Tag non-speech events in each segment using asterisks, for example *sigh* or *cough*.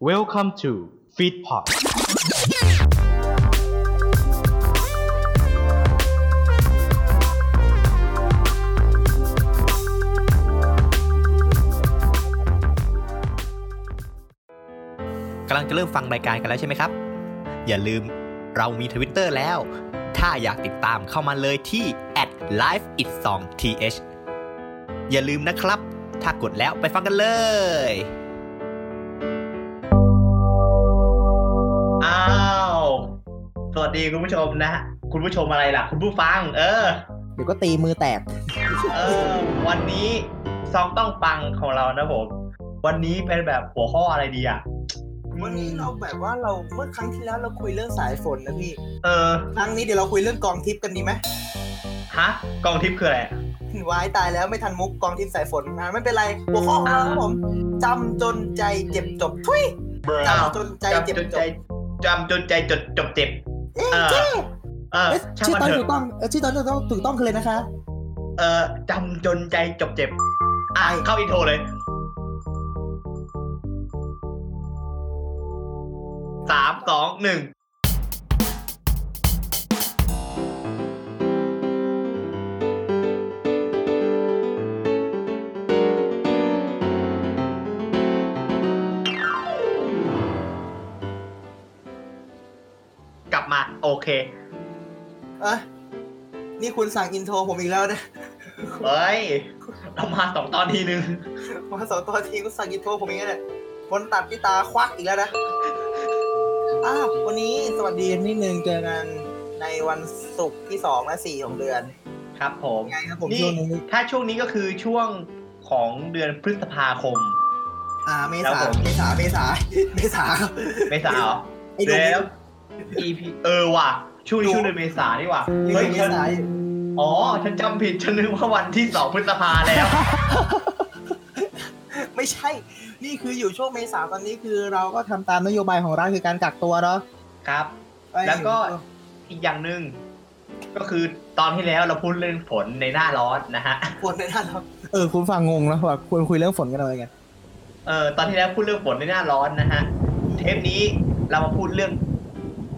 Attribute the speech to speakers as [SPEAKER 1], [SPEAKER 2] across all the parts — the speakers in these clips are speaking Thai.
[SPEAKER 1] Welcome to Feed Pod
[SPEAKER 2] กำลังจะเริ่มฟังรายการกันแล้วใช่ไหมครับ อย่าลืมเรามีทวิตเตอร์แล้ว ถ้าอยากติดตามเข้ามาเลยที่ @lifeit2th อย่าลืมนะครับ ถ้ากดแล้วไปฟังกันเลย
[SPEAKER 1] อ้าว สวัสดีคุณผู้ชมนะ คุณผู้ชมอะไรล่ะ คุณผู้ฟัง เออ
[SPEAKER 3] เดี๋ยวก็ตีมือแตก
[SPEAKER 1] เออ วันนี้ซองต้องปังของเรานะผม วันนี้เป็นแบบหัวข้ออะไรดีอ่ะ
[SPEAKER 3] วันนี้เราแบบว่าเราเมื่อครั้งที่แล้วเราคุยเรื่องสายฝนนะพี่
[SPEAKER 1] เออ
[SPEAKER 3] ครั้งนี้เดี๋ยวเราคุยเรื่องกองทิพย์กันดีไหม
[SPEAKER 1] ฮะ กองทิพย์คืออะไร
[SPEAKER 3] วายตายแล้วไม่ทันมุกกองทิพย์สายฝนนะไม่เป็นไร หัวข้อของเราครับผมจำจนใจเจ็บจบทุย
[SPEAKER 1] อ้าว
[SPEAKER 3] จำจนใจเจ็บ
[SPEAKER 1] จำจน
[SPEAKER 3] จ
[SPEAKER 1] ใจ
[SPEAKER 3] บ
[SPEAKER 1] จำจนใจจดจบเจ็บ
[SPEAKER 3] เอ๊ะ
[SPEAKER 1] เออ
[SPEAKER 3] เจ๊
[SPEAKER 1] เออ
[SPEAKER 3] เอ๊ะ
[SPEAKER 1] ช่าง
[SPEAKER 3] ชื่
[SPEAKER 1] มันเถ
[SPEAKER 3] อตอนถู
[SPEAKER 1] อะ
[SPEAKER 3] กต้องเออชื่อตอนถูกต้องถูกต้องคือเลยนะคะ
[SPEAKER 1] เออจำจนใจจบเจ็บ อ่ะ
[SPEAKER 3] ใช่
[SPEAKER 1] เข้าอินโทรเลย สาม สอง หนึ่ง กลับมา โอเค
[SPEAKER 3] เอะนี่คุณสั่งอินโทรผมอีกแล้วนะ
[SPEAKER 1] เฮ้ยเรามาสองตอนทีนึง
[SPEAKER 3] มาสองตัวทีคุณสั่งอินโทรผมอีกแล้วเนี่ยคนตัดที่ตาควักอีกแล้วนะอ้าววันนี้สวัสดีนิดนึงเจอกันในวันศุกร์ที่สองและสี่ของเดือน
[SPEAKER 1] ครับผม
[SPEAKER 3] ไงครับผม
[SPEAKER 1] นี่
[SPEAKER 3] ช่วงนี้
[SPEAKER 1] ถ้าช่วงนี้ก็คือช่วงของเดือนพฤษภาคม
[SPEAKER 3] อ่าเม
[SPEAKER 1] ครับ
[SPEAKER 3] ษา
[SPEAKER 1] ผม
[SPEAKER 3] เมษาเมษาเมษาครับ
[SPEAKER 1] เมษาเหรอ
[SPEAKER 3] ไอ้ดู
[SPEAKER 1] แล้ว EP เออว่ะ ช่วงนี้ช่วงเดือนเมษานี่ว่ะ
[SPEAKER 3] เฮ้
[SPEAKER 1] เฮ้
[SPEAKER 3] ย
[SPEAKER 1] ย
[SPEAKER 3] เม
[SPEAKER 1] ฉัน
[SPEAKER 3] ษา
[SPEAKER 1] อ๋อ ฉันจำผิด ฉันนึกว่าวันที่สองพฤษภาแล้ว
[SPEAKER 3] *laughs* ไม่ใช่ นี่คืออยู่ช่วงเมษาตอนนี้คือเราก็ทำตามนโยบายของรัฐคือการกักตัวเนาะ
[SPEAKER 1] ครับ
[SPEAKER 3] ไอ้
[SPEAKER 1] แล้วก็ อีกอย่างหนึ่งก็คือตอนที่แล้วเราพูดเรื่องฝนในหน้าร้อนนะฮะ
[SPEAKER 3] ควรได้ท่านครับเออคุณฟังงงแล้วว่าควรคุยเรื่องฝนกันอะไรกัน
[SPEAKER 1] เออตอนที่แล้วพูดเรื่องฝนในหน้าร้อนนะฮะ เทปนี้เรามาพูดเรื่อง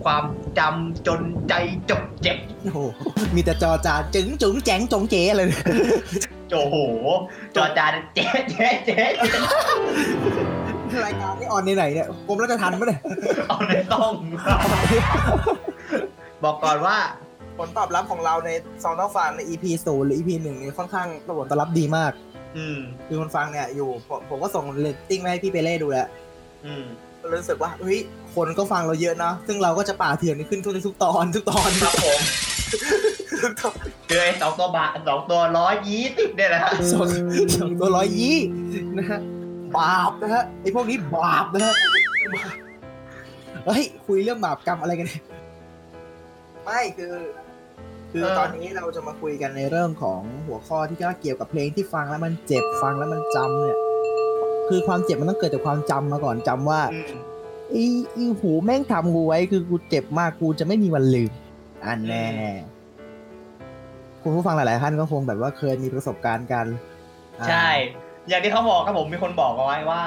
[SPEAKER 1] ความจำจนใจจบเจ็บ
[SPEAKER 3] โอ้โหมีแต่จอจานจึ๋งจุ๋งแจ๋งจงเจ๋อะไรเลย
[SPEAKER 1] โอ้โห จอจานเจ๊เจ๊เจ๊
[SPEAKER 3] รายการนี่ออนในไหนเนี่ยกรมราชทัณฑ์ปะเนี่ย
[SPEAKER 1] เอาในต้อง *laughs* บอกก่อนว่า
[SPEAKER 3] ผลตอบรับของเราในซองต้องฟังใน EP ศูนย์หรือ EP หนึ่งเนี่ยค่อนข้างระบบตอบรับดีมาก
[SPEAKER 1] อืม
[SPEAKER 3] คือคนฟังเนี่ยอยู่ผมผมก็ส่งเรตติ้งไปให้พี่เปเล่ดูแล้ว
[SPEAKER 1] อืม
[SPEAKER 3] รู้สึกว่าเฮ้ยคนก็ฟังเราเยอะนะ ซึ่งเราก็จะป่าเถื่อนนี่ขึ้นทุกทุกตอนทุกตอน
[SPEAKER 1] ครับผม
[SPEAKER 3] ทุกตอน
[SPEAKER 1] เจอไอ้สองตัวบาทสองตัวร้อยยี่สิบเนี่ยนะฮะ
[SPEAKER 3] สองสองตัวร้อยยี่นะฮะบาปนะฮะไอพวกนี้บาปนะฮะบาปเฮ้ยคุยเรื่องบาปกรรมอะไรกันเนี่ยไม่คือ คือตอนนี้เราจะมาคุยกันในเรื่องของหัวข้อที่เกี่ยวกับเพลงที่ฟังแล้วมันเจ็บฟังแล้วมันจำเนี่ย คือความเจ็บมันต้องเกิดจากความจำมาก่อนจำว่า
[SPEAKER 1] อืม
[SPEAKER 3] อีอีหูแม่งทำกูไว้คือกูเจ็บมากกูจะไม่มีวันลืม อันแน่คุณผู้ฟังหลายๆท่านก็คงแบบว่าเคยมีประสบการณ์กันอ่า
[SPEAKER 1] ใช่ อย่างที่เขาบอกครับผมมีคนบอกเอาไว้ว่า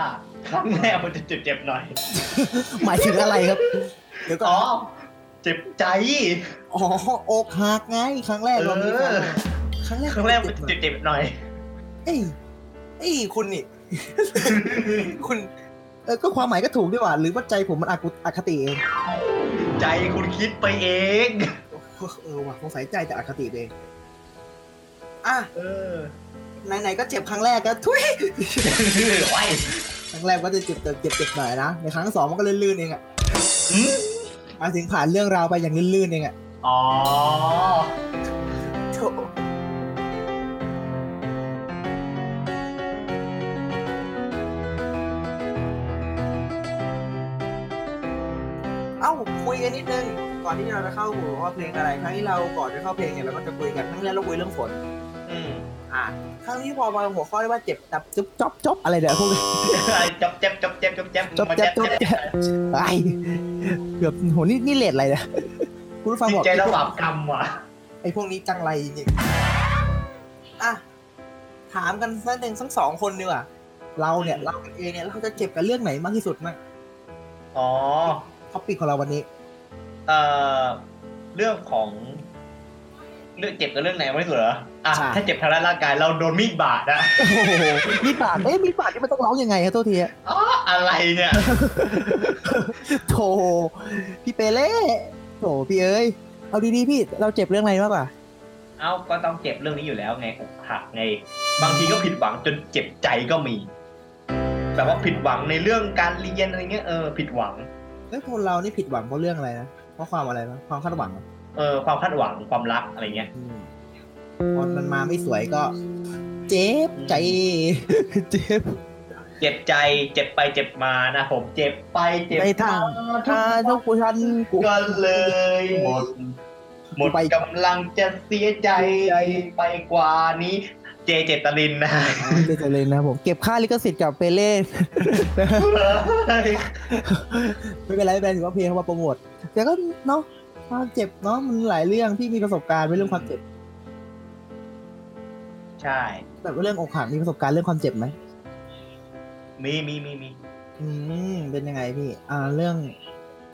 [SPEAKER 1] ครั้งแรกมันจะเจ็บเจ็บๆหน่อย
[SPEAKER 3] หมายถึงอะไร
[SPEAKER 1] *laughs*
[SPEAKER 3] ครับ เดี๋ยวก็
[SPEAKER 1] อ๋อ เจ็บใจ
[SPEAKER 3] อ๋ออกหักไงครั้งแรกเรามี
[SPEAKER 1] เออ
[SPEAKER 3] ครั้งแรก
[SPEAKER 1] ครั้งแรกมัน
[SPEAKER 3] เจ็
[SPEAKER 1] จะ
[SPEAKER 3] บ
[SPEAKER 1] เจ็บๆหน่อย *laughs*
[SPEAKER 3] เอ้ยเอ้ยคุณนี่ คุณเออก็ความหมายก็ถูกด้วยว่า หรือว่าใจผมมันอกุอคติเอง
[SPEAKER 1] ใจคุณคิดไปเอง
[SPEAKER 3] เออว่ะสงสัยใจจะอคติเองอ่ะ
[SPEAKER 1] เออ
[SPEAKER 3] ไหนๆก็เจ็บครั้งแรกก็ทุย
[SPEAKER 1] ไว้
[SPEAKER 3] ครั้งแรกก็จะเจ็บเจ็บเจ็บเจ็บหน่อยนะ ในครั้งสองมันก็ลื่นๆเองอะ
[SPEAKER 1] อืม
[SPEAKER 3] หมายถึงผ่านเรื่องราวไปอย่างลื่นๆเองอะ
[SPEAKER 1] อ๋อ
[SPEAKER 3] โถเอ้าคุยกันนิดนึง ก่อนที่เราจะเข้าหัวว่าเพลงอะไร ครั้งที่เราก่อนจะเข้าเพลงเนี่ยเราก็จะคุยกันครั้งแรกเราคุยเรื่องฝน
[SPEAKER 1] อืม *laughs*
[SPEAKER 3] อ่ะครั้งนี้พอมาหัวข้อได้ว่าเจ็บจับจุ๊บจ๊อบจ๊อบอะไรเดี๋ยวพวกนี้
[SPEAKER 1] จบเจ็บจบเจ็บจบเจ็บ
[SPEAKER 3] จบเจ็บจบเจ็บ ไปเกือบโหนี่นี่เลทอะไรเนี่ยคุณผู้ฟัง
[SPEAKER 1] จิ
[SPEAKER 3] บ
[SPEAKER 1] ต
[SPEAKER 3] อก
[SPEAKER 1] ใจเราบาปกรรมว่ะ
[SPEAKER 3] ไอ้พวกนี้จังไรจริงๆอ่ะ ถามกันสักหนึ่งทั้งสองคนดีกว่า เราเนี่ย เรากันเองเนี่ย เราจะเจ็บกับเรื่องไหนมากที่สุดมั้ง
[SPEAKER 1] อ๋อ
[SPEAKER 3] ท็อปปิกของเราวันนี้
[SPEAKER 1] เอ่อ เรื่องของ เรื่องเจ็บกับเรื่องไหนไม่สุดเหรออ่ะ
[SPEAKER 3] ใช่
[SPEAKER 1] ถ้าเจ็บทางด้านร่างกายเราโดนมีดบาดอะ *laughs*
[SPEAKER 3] โอ้โหมีบาดเอ้ยมีบาดนี่มันต้องร้องยังไงฮะโทษทีฮะ
[SPEAKER 1] อ๋ออะไรเนี่ย
[SPEAKER 3] โถพี่เปเล่โถพี่เอ้ยเอาดีๆพี่เราเจ็บเรื่องอะไรมากกว่า
[SPEAKER 1] เอ้าก็ต้องเจ็บเรื่องนี้อยู่แล้วไงอกหักไง บางทีก็ผิดหวังจนเจ็บใจก็มีแบบว่าผิดหวังในเรื่องการเรียนอะไรเงี้ยเออผิดหวัง
[SPEAKER 3] แล้วคนเรานี่ผิดหวังเพราะเรื่องอะไรนะเพราะความอะไรนะความคาดหวังเหรอ
[SPEAKER 1] เออความคาดหวังความรักอะไรเงี้ย
[SPEAKER 3] อืมพอมันมาไม่สวยก็ เจ็บใจ เจ็บ
[SPEAKER 1] เจ็บใจเจ็บไปเจ็บมานะผมเจ็บไปเจ็บ
[SPEAKER 3] ไปทาง
[SPEAKER 1] ม
[SPEAKER 3] ถ้าทุกชันกู
[SPEAKER 1] ก็เลยหมด หมด
[SPEAKER 3] ไป
[SPEAKER 1] กำลังจะเสียใจไปกว่านี้ เจเจตลินนะ
[SPEAKER 3] เจ็บเลยนะครับผมเก็บค่าลิขสิทธิ์กับเปเล่ *laughs* ไม่เป็นไรไม่เป็นไรถือว่าเพลงมาโปรโมทแต่ก็เนาะความเจ็บเนาะมันหลายเรื่องพี่มีประสบการณ์เรื่องความเจ็บ
[SPEAKER 1] *laughs* ใช่
[SPEAKER 3] แบบว่าเรื่องอกหักมีประสบการณ์เรื่องความเจ็บไหม
[SPEAKER 1] มีมีมีมี
[SPEAKER 3] อืมเป็นยังไงพี่ อ่าเรื่อง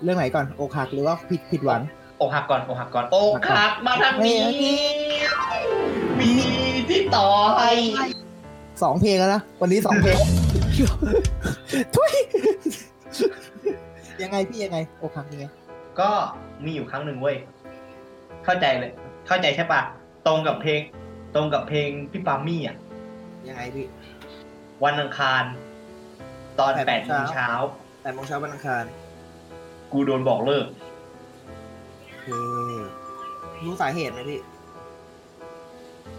[SPEAKER 3] เรื่องไหนก่อนอกหักหรือว่าผิดผิดหวัง
[SPEAKER 1] อกหักก่อนอกหักก่อนอกหักมาทางนี้
[SPEAKER 3] เฮ้ย
[SPEAKER 1] มีที่ต่อให้
[SPEAKER 3] สองเพลงแล้วนะวันนี้สองเพลง *laughs* ทุยยังไงพี่ยังไงอกหักยังไง
[SPEAKER 1] ก็มีอยู่ครั้งหนึ่งเว้ย เข้าใจเลย เข้าใจใช่ปะตรงกับเพลง ตรงกับเพลงพี่ปามี่อ่ะ
[SPEAKER 3] ยังไงพี่
[SPEAKER 1] วันอังคาร ตอน
[SPEAKER 3] แป
[SPEAKER 1] แป
[SPEAKER 3] ด
[SPEAKER 1] ด
[SPEAKER 3] โม
[SPEAKER 1] โม
[SPEAKER 3] ง
[SPEAKER 1] งเช้า
[SPEAKER 3] เช้าแต่โมงเช้าวันอังคาร
[SPEAKER 1] กูโดนบอกเลิก
[SPEAKER 3] โอเครู้สาเหตุไหมพี่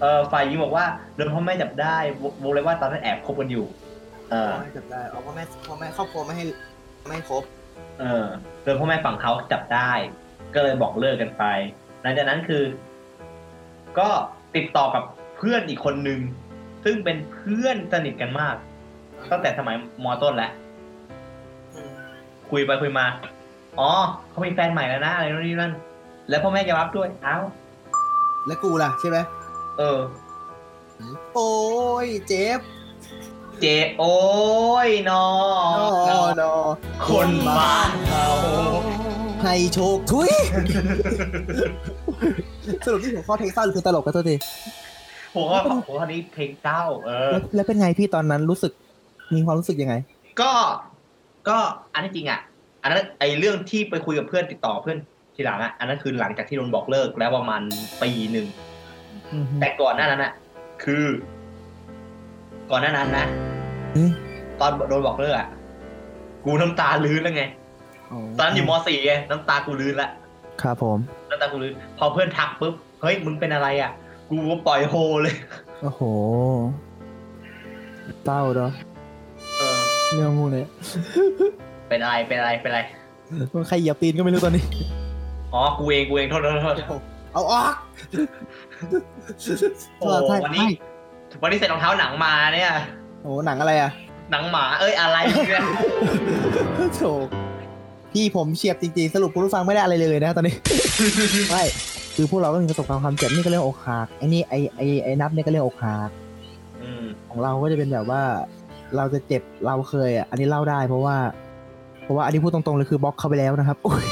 [SPEAKER 1] เออฝ่ายหญิงบอกว่าโดนพ่อแม่จับได้ววงเลยว่าตอนนั้นแอบคบกันอยู่ เออ
[SPEAKER 3] ไม่จับได้เอาพ่อแม่พ่อแม่ครอบครัวไม่ให้ไม่ให้ครบ
[SPEAKER 1] เออโดนพ่อแม่ฝั่งเขาจับได้ ก็เลยบอกเลิกกันไป หลังจากนั้นคือ ก็ติดต่อกับเพื่อนอีกคนนึง ซึ่งเป็นเพื่อนสนิทกันมาก ตั้งแต่สมัยมอต้นแล้ว
[SPEAKER 3] อืม
[SPEAKER 1] คุยไปคุยมา อ๋อ เขามีแฟนใหม่แล้วนะอะไรนู่นนี่นั่น แล้วพ่อแม่ยอมรับด้วย เอ้า
[SPEAKER 3] แล้วกูล่ะใช่ไหม
[SPEAKER 1] เออ
[SPEAKER 3] โอ้ยเจ็บ
[SPEAKER 1] เจโอ้ยนอ
[SPEAKER 3] อ๋อนอ
[SPEAKER 1] คนบ้านเขา
[SPEAKER 3] ให้โชคทุย *laughs* สรุปที่หัวข้อเทคซ่าหรือคือตลกกันตัวที
[SPEAKER 1] ผมว่าของผมคนนี้เพลงเก้า เออ
[SPEAKER 3] แล้วแล้วเป็นไงพี่ตอนนั้นรู้สึกมีความรู้สึกยังไง
[SPEAKER 1] ก็ ก็อันที่จริงอ่ะ อันนั้นไอเรื่องที่ไปคุยกับเพื่อนติดต่อเพื่อนทีหลังอ่ะ อันนั้นคือหลังจากที่โดนบอกเลิกแล้วประมาณปีหนึ่ง แต่ก่อนหน้านั้นอ่ะ คือ ก่อนหน้านั้นนะ
[SPEAKER 3] อืม
[SPEAKER 1] ตอนโดนบอกเลิกอ่ะ กูน้ำตาลื้นแล้วไง ตอนนั้นอยู่มสี่ไงน้ำตากูลื้นละ
[SPEAKER 3] ครับผม
[SPEAKER 1] น้ำตากูลื้น พอเพื่อนทักปุ๊บ เฮ้ย มึงเป็นอะไรอ่ะ กูก็ปล่อยโฮเลย
[SPEAKER 3] โอ้โหเต้าเนาะ
[SPEAKER 1] เออ
[SPEAKER 3] เรื่องพวกเนี้ย
[SPEAKER 1] เป็นอะไร เป็นอะไร เป็นอะไร
[SPEAKER 3] ใครเหยียบตีนก็ไม่รู้ตอนนี้
[SPEAKER 1] อ๋อ กูเอง กูเองโทษโทษโทษ
[SPEAKER 3] เอาออก
[SPEAKER 1] โอ้โห
[SPEAKER 3] ใช่
[SPEAKER 1] วันนี้ วันนี้ใส่รองเท้าหนังมาเนี่ย
[SPEAKER 3] โอ้โหหนังอะไรอ่ะ
[SPEAKER 1] หนังหมา เอ้ย อะไรเนี่ย
[SPEAKER 3] โถพี่ผมเฉียบจริงๆสรุปคุณผู้ฟังไม่ได้อะไรเลยนะตอน
[SPEAKER 1] *laughs*
[SPEAKER 3] นี้ ไม่คือพวกเราก็มีประสบการณ์ความเจ็บนี่ก็เรื่องอกหักไอ้นี่ไอ้ไอ้ไอ้นับเนี่ยก็เรื่องอกหัก
[SPEAKER 1] อืม
[SPEAKER 3] ของเราก็จะเป็นแบบว่าเราจะเจ็บเราเคยอ่ะอันนี้เล่าได้เพราะว่า เพราะว่าอันนี้พูดตรงๆเลยคือบล็อกเขาไปแล้วนะครับ *laughs* อุ้ย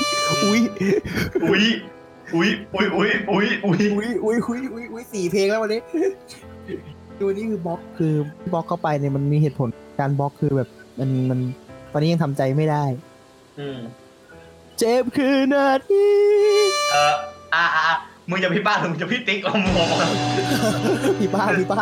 [SPEAKER 3] อุ้ย
[SPEAKER 1] อุ๊ย อุ๊ย อุ๊ย อุ๊ย อุ๊ย อุ๊ย
[SPEAKER 3] อุ้ยอุ้ยอุ้ยอุ้ยอุ้ยสี่เพลงแล้ววันนี้ *laughs* ดูนี่คือบล็อกคือบล็อกเข้าไปเนี่ยมันมีเหตุผลการบล็อกคือแบบมันมันตอนนี้ยังทำใจไม่ได้
[SPEAKER 1] อืม
[SPEAKER 3] เจ็บคือนาที
[SPEAKER 1] เอออ่าอ่ามึงจะพี่ป้าหรือมึงจะพี่ติ๊กเอามึงบอกมา
[SPEAKER 3] *laughs* พี่ป้าพี่ป้า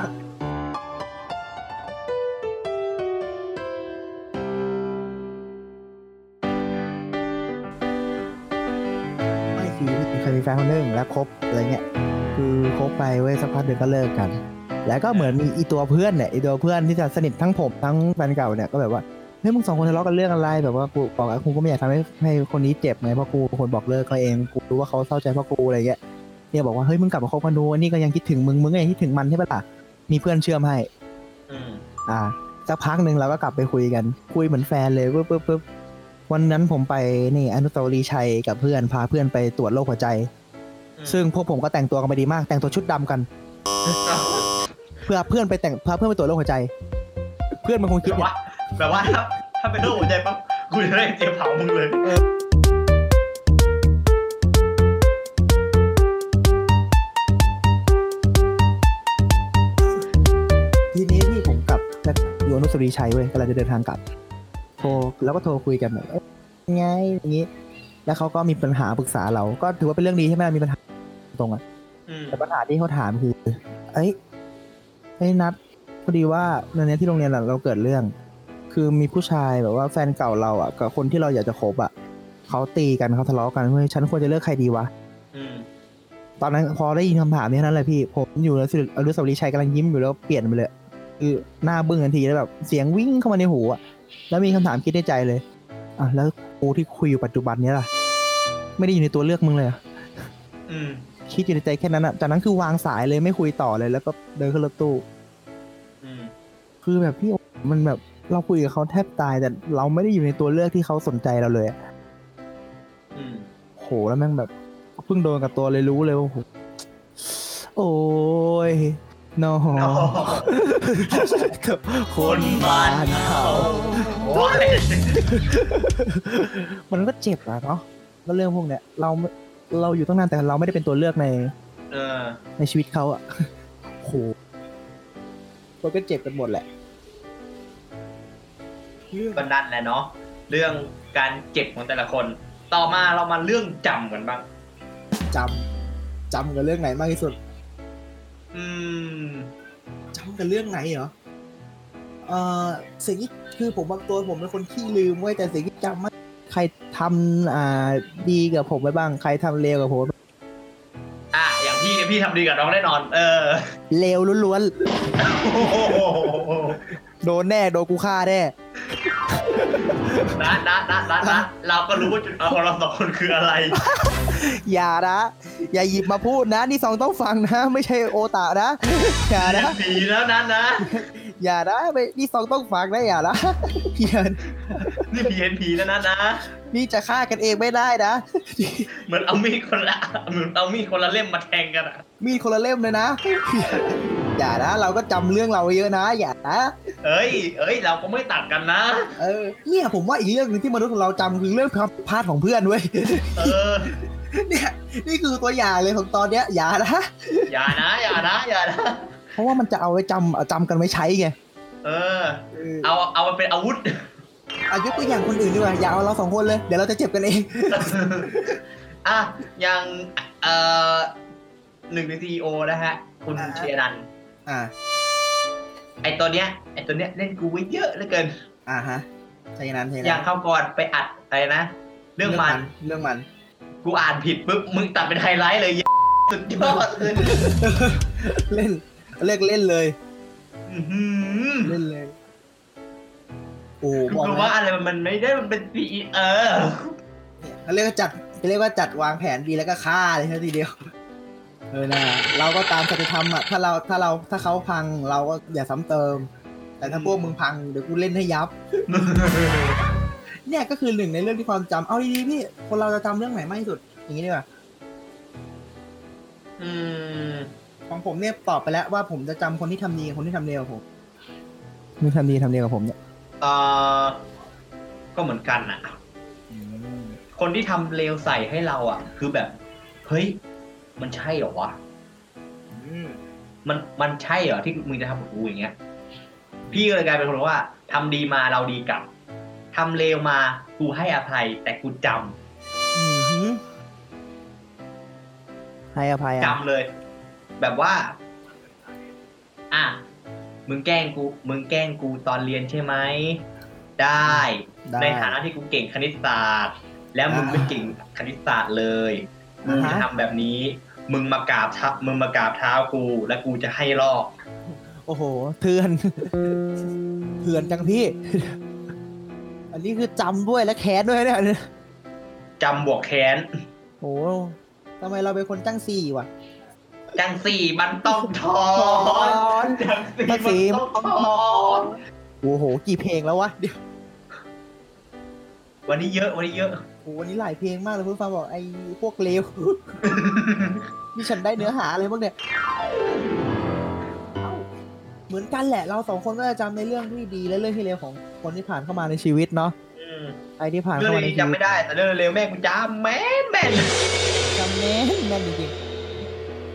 [SPEAKER 3] ไม่คือเคยมีแฟนคนหนึ่งแล้วคบอะไรเงี้ยคือคบไปเว้ยสักพักเดียวก็เลิกกัน แล้วก็เหมือนมีอีตัวเพื่อนเนี่ยอีตัวเพื่อนที่จะสนิททั้งผมทั้งแฟนเก่าเนี่ยก็แบบว่าเฮ้ยมึงสองคนทะเลาะกันเรื่องอะไรแบบว่ากูบอกแล้วกูก็ไม่อยากทำให้ให้คนนี้เจ็บไงเพราะกูเป็นคนบอกเลิกเขาเองกูรู้ว่าเขาเศร้าใจเพราะกูอะไรเงี้ยเนี่ยบอกว่าเฮ้ยมึงกลับมาคบกันดูอันนี้ก็ยังคิดถึงมึงมึงก็ยังคิดถึงมันใช่ปะล่ะมีเพื่อนเชื่อมให้
[SPEAKER 1] อืม
[SPEAKER 3] อ่าสักพักหนึ่งเราก็กลับไปคุยกัน คุยเหมือนแฟนเลยปึ๊บปึ๊บปึ๊บวันนั้นผมไปนี่อนุสาวรีย์ชัยกับเพื่อนพาเพื่อนไปตรวจโรคหัวใจ
[SPEAKER 1] อืม
[SPEAKER 3] ซึ่งพวกผมก็แต่งตัวกันไปดีมาก แต่งตัวชุดดำกัน *laughs* เพื่อเพื่อนไปแต่งพาเพื่อนไปตรวจโรคหัวใจ เพื่อนมันคง
[SPEAKER 1] แบ
[SPEAKER 3] คิด
[SPEAKER 1] บ
[SPEAKER 3] เนี่ย
[SPEAKER 1] ว่าแบบว่าถ้าถ้าเป็นโรคหัวใจปั๊บ กูจะได้เจียบเผามึงเลย
[SPEAKER 3] ทีนี้พี่ผมกลับจากอยู่อนุสาวรีย์ชัยเว้ยกำลังจะเดินทางกลับ โทรแล้วก็โทรคุยกันแบบเอ๊ะยังไงอย่างนี้ แล้วเขาก็มีปัญหาปรึกษาเรา ก็ถือว่าเป็นเรื่องดีใช่ไหมมีปัญหาตรงอะ
[SPEAKER 1] อืม
[SPEAKER 3] แต่ปัญหาที่เขาถามคือ เอ้ยเอ้ยนัดพอดีว่าในเนี้ยที่โรงเรียนอะเราเกิดเรื่อง คือมีผู้ชายแบบว่าแฟนเก่าเราอ่ะกับคนที่เราอยากจะคบอ่ะเขาตีกันเขาทะเลาะกันเฮ้ยฉันควรจะเลือกใครดีวะ
[SPEAKER 1] อืม
[SPEAKER 3] ตอนนั้นพอได้ยินคำถามนี้เท่านั้นแหละพี่ ผมอยู่ในอนุสาวรีย์ชัยกำลังยิ้มอยู่แล้วเปลี่ยนไปเลย คือหน้าบึ้งทันทีแล้วแบบเสียงวิ่งเข้ามาในหูอะแล้วมีคำถามคิดในใจเลยอ่ะแล้วกูที่คุยอยู่ปัจจุบันเนี้ยล่ะ ไม่ได้อยู่ในตัวเลือกมึงเลยเหรอ
[SPEAKER 1] อืม
[SPEAKER 3] คิดอยู่ในใจแค่นั้นอะจากนั้นคือวางสายเลยไม่คุยต่อเลยแล้วก็เดินขึ้นรถตู้
[SPEAKER 1] อืม
[SPEAKER 3] คือแบบพี่โอมันแบบเราคุยกับเขาแทบตาย แต่เราไม่ได้อยู่ในตัวเลือกที่เขาสนใจเราเลยอะ
[SPEAKER 1] อืม
[SPEAKER 3] โหแล้วแม่งแบบเพิ่งโดนกับตัวเลยรู้เลยว่าโหโอ้ยนอ
[SPEAKER 1] อ๋อ
[SPEAKER 3] กับคนบ้านเขา
[SPEAKER 1] โอ้ย
[SPEAKER 3] มันก็เจ็บอะเนาะแล้วเรื่องพวกเนี้ยเราไม่เราอยู่ตั้งนานแต่เราไม่ได้เป็นตัวเลือกใน
[SPEAKER 1] เออ
[SPEAKER 3] ในชีวิตเขาอะ *laughs* โหมันก็เจ็บกันหมดแหละ เรื่อง
[SPEAKER 1] ก็นั่นแหละเนาะเรื่องการเจ็บของแต่ละคน ต่อมาเรามาเรื่องจำกันบ้าง
[SPEAKER 3] จำจำกับเรื่องไหนมากที่สุด
[SPEAKER 1] อืม
[SPEAKER 3] จำกับเรื่องไหนเหรอ เอ่อสิ่งที่คือผมบางตัวผมเป็นคนขี้ลืมเว้ยแต่สิ่งที่จำไม่ใครทำอ่าดีกับผมไปบ้าง ใครทำเลวกับผม
[SPEAKER 1] อ่ะ อย่างพี่เนี่ยพี่ทำดีกับน้องแน่นอน เออ *laughs*
[SPEAKER 3] เลวล้วน
[SPEAKER 1] โอ้โห
[SPEAKER 3] ๆ โดนแน่ โดนกูฆ่าแน่
[SPEAKER 1] นะนะนะนะนะเราก็รู้ว่าจุดเอาของเราสองคนคืออะไร
[SPEAKER 3] อย่านะ อย่าหยิบมาพูดนะ นี่สองต้องฟังนะ ไม่ใช่โอตานะ อย่านะ
[SPEAKER 1] ดีแล้วนะนะ
[SPEAKER 3] อย่านะไม่นี่สองต้องฟังนะอย่านะเพียน
[SPEAKER 1] นี่พีเอ็นพีแล้วนะนะ
[SPEAKER 3] นี่จะฆ่ากันเองไม่ได้นะ
[SPEAKER 1] เหมือนเอามีดคนละเหมือนเอามีดคนละเล่มมาแทงกันอะ
[SPEAKER 3] มีดคนละเล่มเลยนะ อย่านะ เราก็จำเรื่องเราไว้เยอะนะ อย่านะ
[SPEAKER 1] เอ้ย เอ้ย เราก็ไม่ตัดกันนะ
[SPEAKER 3] เออ เนี่ยผมว่าอีกเรื่องหนึงที่มนุษย์ของเราจำคือเรื่องความผิดพลาดของเพื่อนเว้ย
[SPEAKER 1] เออ
[SPEAKER 3] เนี่ยนี่คือตัวอย่างเลยของตอนเนี้ย อย่านะ
[SPEAKER 1] อย่านะ อย่านะ อย่านะ
[SPEAKER 3] เพราะว่ามันจะเอาไว้จำเอาจำกันไว้ใช้ไง
[SPEAKER 1] เออ
[SPEAKER 3] เออ
[SPEAKER 1] เอา เอามันเป็นอาวุธ
[SPEAKER 3] เอายกตัวอย่างคนอื่นดีกว่าอย่าเอาเราสองคนเลย เดี๋ยวเราจะเจ็บกันเอง
[SPEAKER 1] *laughs* อ่ะอย่างเอ่อหนึ่งในซีโอนะฮะ คุณ
[SPEAKER 3] อ่าฮะ
[SPEAKER 1] เชียรันท์
[SPEAKER 3] อ่า
[SPEAKER 1] ไอตัวเนี้ยไอตัวเนี้ยเล่นกูไว้เยอะเหลือเกิน
[SPEAKER 3] อ่าฮะใช่นั้นใช่
[SPEAKER 1] อย่า
[SPEAKER 3] นั้
[SPEAKER 1] ง
[SPEAKER 3] น
[SPEAKER 1] เข้าวก่อนไปอัดอะไรนะ เรื่องมัน
[SPEAKER 3] เรื่องมัน
[SPEAKER 1] กูอ่านผิดปุ๊บมึงตัดเป็นไฮไลท์เลยเหี้ย *laughs* สุดยอดเลย
[SPEAKER 3] เล่นเลิกเล่นเลย
[SPEAKER 1] อื้อหือ
[SPEAKER 3] เล่นเลยโอ้
[SPEAKER 1] คือบ
[SPEAKER 3] อ
[SPEAKER 1] กู
[SPEAKER 3] ก
[SPEAKER 1] ว่า
[SPEAKER 3] นะ
[SPEAKER 1] อะไรมันไม่ได้มันเป็นซีเออ
[SPEAKER 3] เขาเรียกว่าจัดเขาเรียกว่าจัดวางแผนดีแล้วก็ฆ่าเลยทีเดียว เออนะเราก็ตามสัจธรรมอ่ะ ถ้าเราถ้าเราถ้าเขาพังเราก็อย่าซ้ำเติม แต่ถ้าพวกมึงพังเดี๋ยวกูเล่นให้ยับ เนี่ยก็คือหนึ่งในเรื่องที่ความจำเอาดีๆพี่ คนเราจะจำเรื่องไหนมากที่สุด อย่างนี้ดีกว่า
[SPEAKER 1] อืม
[SPEAKER 3] ของผมเนี่ยตอบไปแล้วว่าผมจะจำคนที่ทำดีกับคนที่ทำเลวกับผมมึงทำดีทำเลวกับผมเนี่ย
[SPEAKER 1] เอ่อก็เหมือนกันอะ คนที่ทำเลวใส่ให้เราอ่ะ คือแบบ เฮ้ย มันใช่เหรอวะ มันมันใช่เหรอที่มึงจะทำกับกูอย่างเงี้ย พี่ก็เลยกลายเป็นคนว่าทำดีมาเราดีกลับทำเลวมากูให้อภัย แต่กูจำ
[SPEAKER 3] อือหือให้อภัย
[SPEAKER 1] จำ
[SPEAKER 3] อ่ะ
[SPEAKER 1] เลย แบบว่า อ่ะมึงแกล้งกู มึงแกล้งกูตอนเรียนใช่ไหมได้
[SPEAKER 3] ได้
[SPEAKER 1] ในฐานะที่กูเก่งคณิตศาสตร์ แล้วมึง
[SPEAKER 3] อ่า
[SPEAKER 1] ไม่เก่งคณิตศาสตร์เลย
[SPEAKER 3] อ่าฮะ
[SPEAKER 1] มึงจะทำแบบนี้ มึงมากราบเท้ามึงมากราบเท้ากู แล้วกูจะให้ลอก
[SPEAKER 3] โอ้โห เถื่อน *laughs* เถื่อนจังพี่ *laughs* อันนี้คือจำด้วยและแค้นด้วยเนี่ย *laughs*
[SPEAKER 1] จำบวกแค้น
[SPEAKER 3] โอ้โหทำไมเราเป็นคนจังสี่วะ
[SPEAKER 1] จังสี่มันต้องถอนจังสี่มันต้องถอน
[SPEAKER 3] โอ้โห กี่เพลงแล้ววะ *laughs* เดี๋ยว
[SPEAKER 1] วันนี้เยอะวันนี้เยอะ
[SPEAKER 3] โอ้โหวันนี้หลายเพลงมากเลยเพื่อนฟังบอกไอ้พวกเลว *laughs* นี่ฉันได้เนื้อหาอะไรบ้างเนี่ยเอ้าเหมือนกันแหละ เราสองคนก็จะจำในเรื่องที่ดีและเรื่องที่เลวของคนที่ผ่านเข้ามาในชีวิตเนาะ
[SPEAKER 1] อืม
[SPEAKER 4] อะไรที่ผ่าน
[SPEAKER 1] เรื่อง
[SPEAKER 4] เข้ามาใน
[SPEAKER 1] นี้
[SPEAKER 4] ชี
[SPEAKER 1] จำ
[SPEAKER 4] วิต
[SPEAKER 1] ไม่ได้แต่เรื่องเร็วๆแม่งกูจ้าแม่นแม่น
[SPEAKER 4] จำแม่นแม่นจริง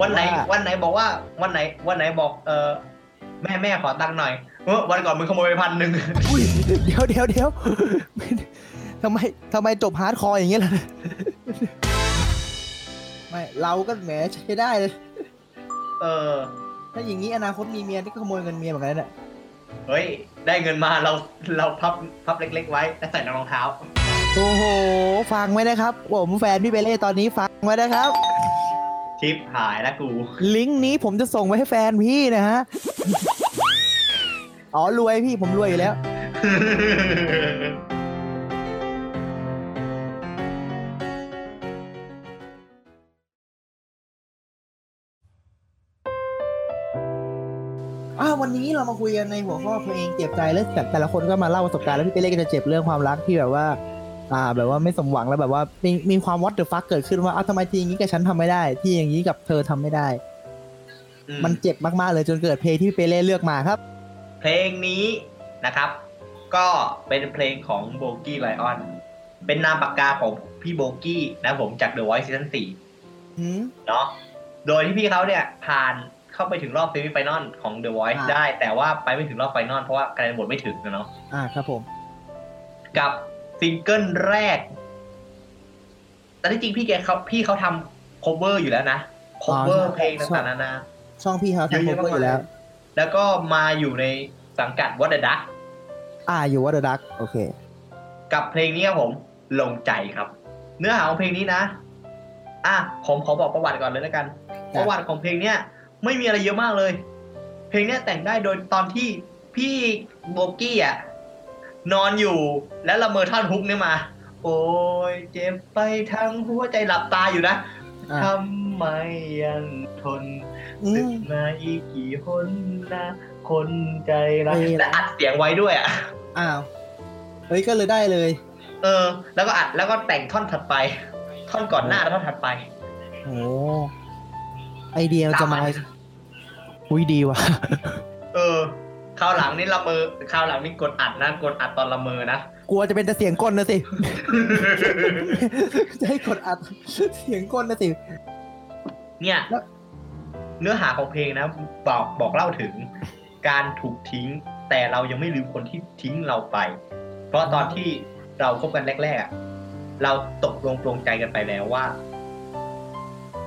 [SPEAKER 1] วันไหน
[SPEAKER 4] ว่า
[SPEAKER 1] วันไหนบอกว่าวันไหนวันไหนบอกเออแม่แม่ขอตังค์หน่อยเออวันก่อนมึงขโมยไปพันหนึ่ง
[SPEAKER 4] อุ้ยเดี๋ยวเดี๋ยวเดี๋ยวทำไมทำไมจบฮาร์ดคอร์อย่างเงี้ยล่ะ
[SPEAKER 3] ไม่เราก็แหมใช้ได้เลย
[SPEAKER 1] เออ
[SPEAKER 3] ถ้าอย่างนี้อนาคตมีเมียนี่ก็ขโมยเงินเมียเหมือนกันนะเนี่ย
[SPEAKER 1] เฮ้ย ได้เงินมาเราเราพับพับเล็ก ๆ ไว้แล้วใส่ในรองเท้า
[SPEAKER 4] โอ้โห ฟังไว้นะครับ ผมแฟนพี่เบเล่ตอนนี้ฟังไว้นะครับ
[SPEAKER 1] ชิปหายแล้วกู
[SPEAKER 4] ลิงก์นี้ผมจะส่งไปให้แฟนพี่นะฮะ อ๋อรวยพี่ผมรวยอยู่แล้ว
[SPEAKER 3] อ้าววันนี้เรามาคุยกันในหัวข้อเพลงเจ็บใจแล้วแต่แต่ละคนก็มาเล่าประสบการณ์แล้วพี่เป้เล็กก็จะเจ็บเรื่องความรักที่แบบว่า อ่า แบบว่าไม่สมหวังแล้วแบบว่ามีมีความวัดเดอะฟักเกิดขึ้นว่าอ้าวทำไมทีอย่างนี้กับฉันทำไม่ได้ ที่อย่างนี้กับเธอทำไม่ได้ มันเจ็บมากๆเลยจนเกิดเพลงที่พี่เป้เล่เลือกมาครับ
[SPEAKER 1] เพลงนี้นะครับ ก็เป็นเพลงของโบกี้ไลออน เป็นนามปากกาของพี่โบกี้นะครับผมจาก The Voice Season
[SPEAKER 3] อืม
[SPEAKER 1] 4เนาะโดยที่พี่เขาเนี่ยผ่านเข้าไปถึงรอบเซมิไฟนอลของ The Voice
[SPEAKER 3] อ่า
[SPEAKER 1] ได้ แต่ว่าไปไม่ถึงรอบไฟนอลเพราะว่าคะแนนโหวตไม่ถึงนะเนาะ
[SPEAKER 3] อ่าครับผม
[SPEAKER 1] กับซิงเกิลแรก แต่ที่จริงพี่แกเขาพี่เขาทำ cover อยู่แล้วนะ cover
[SPEAKER 3] อ๋อ
[SPEAKER 1] เพ
[SPEAKER 3] ใช่
[SPEAKER 1] ลง
[SPEAKER 3] ใช่
[SPEAKER 1] ต่างๆนานา
[SPEAKER 3] ช่องพี่เขาทำโมเดลอยู่แล้ว
[SPEAKER 1] แล้วก็มาอยู่ในสังกัดว a ดดัก
[SPEAKER 3] อ่าอยู่ว่าเดอะดักโอเค
[SPEAKER 1] กับเพลงนี้ครับผมลงใจครับ เนื้อหาของเพลงนี้นะ อ่ะผมขอบอกประวัติก่อนเลยแล้วกัน
[SPEAKER 3] จ้ะ
[SPEAKER 1] ประวัติของเพลงเนี้ยไม่มีอะไรเยอะมากเลย เพลงเนี้ยแต่งได้โดยตอนที่พี่โบกี้อ่ะนอนอยู่แล้วละเมอท่อนฮุกเนี่ยมา โอ้ยเจ็บไปทั้งหัวใจหลับตาอยู่นะ
[SPEAKER 3] อ่ะ
[SPEAKER 1] ทำไมยังทน
[SPEAKER 3] อื
[SPEAKER 1] ตึ
[SPEAKER 3] ม
[SPEAKER 1] กมาอีกกี่คนนะคนใจร้าย
[SPEAKER 3] ไม่รัก
[SPEAKER 1] และอัดเสียงไว้ด้วยอ่ะ
[SPEAKER 3] อ้าวเฮ้ยก็เลยได้เลย
[SPEAKER 1] เออ แล้วก็อัดแล้วก็แต่งท่อนถัดไป ท่อนก่อนหน้าแล้วท่อนถัดไป
[SPEAKER 3] โอ้ไอเดียมันจะมาอุ้ยดีว่ะ
[SPEAKER 1] เออคราวหลังนี่ละเมอคราวหลังนี่กดอัดนะกดอัดตอนละเมอนะ
[SPEAKER 4] กลัวจะเป็นแต่เสียงก้นนะสิ *laughs*
[SPEAKER 3] จะให้กดอัดเสียงก้นนะสิ
[SPEAKER 1] เนี่ย
[SPEAKER 3] แล้ว
[SPEAKER 1] เนื้อหาของเพลงนะ บอกบอกเล่าถึงการถูกทิ้ง แต่เรายังไม่ลืมคนที่ทิ้งเราไป เพราะตอนที่เราคบกันแรกๆอะเราตกลงปรงใจกันไปแล้วว่า